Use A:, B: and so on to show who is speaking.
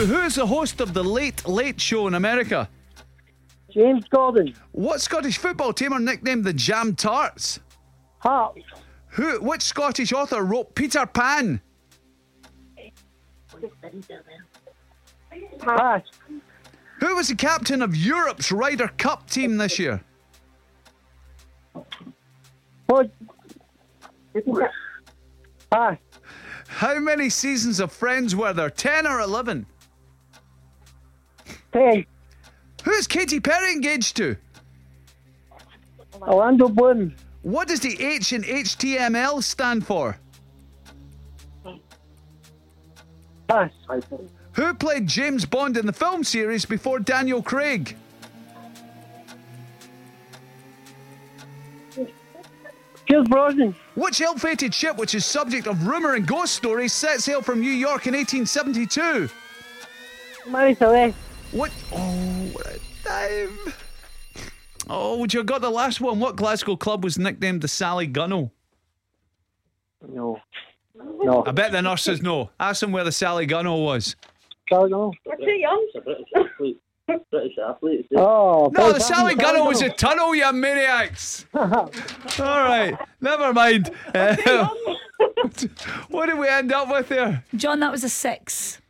A: Who's the host of The Late Late Show in America?
B: James Gordon,
A: What Scottish football team are nicknamed the Jam Tarts?
B: Hart,
A: Who? Which Scottish author wrote Peter Pan?
B: Pass,
A: Who was the captain of Europe's Ryder Cup team this year?
B: Hood, Pass,
A: How many seasons of Friends were there? 10 or 11?
B: Ten,
A: Who's Katy Perry engaged to?
B: Orlando Bloom,
A: What does the H in HTML stand for?
B: Pass,
A: Who played James Bond in the film series before Daniel Craig?
B: Pierce Brosnan,
A: Which ill-fated ship, which is subject of rumour and ghost stories, set sail from New York in 1872?
B: Mary Celeste,
A: What? Oh, what a time! Oh, would you have got the last one? What Glasgow club was nicknamed the Sally Gunnell?
B: no, no,
A: I bet the nurse says no. Ask them where the Sally Gunnell was.
B: Cargo,
C: We're too young.
D: British athlete. British athlete.
B: oh,
A: No, the Sally Gunnell was a tunnel, you maniacs! All right, never mind. Uh, what did we end up with there?
E: John, that was a six.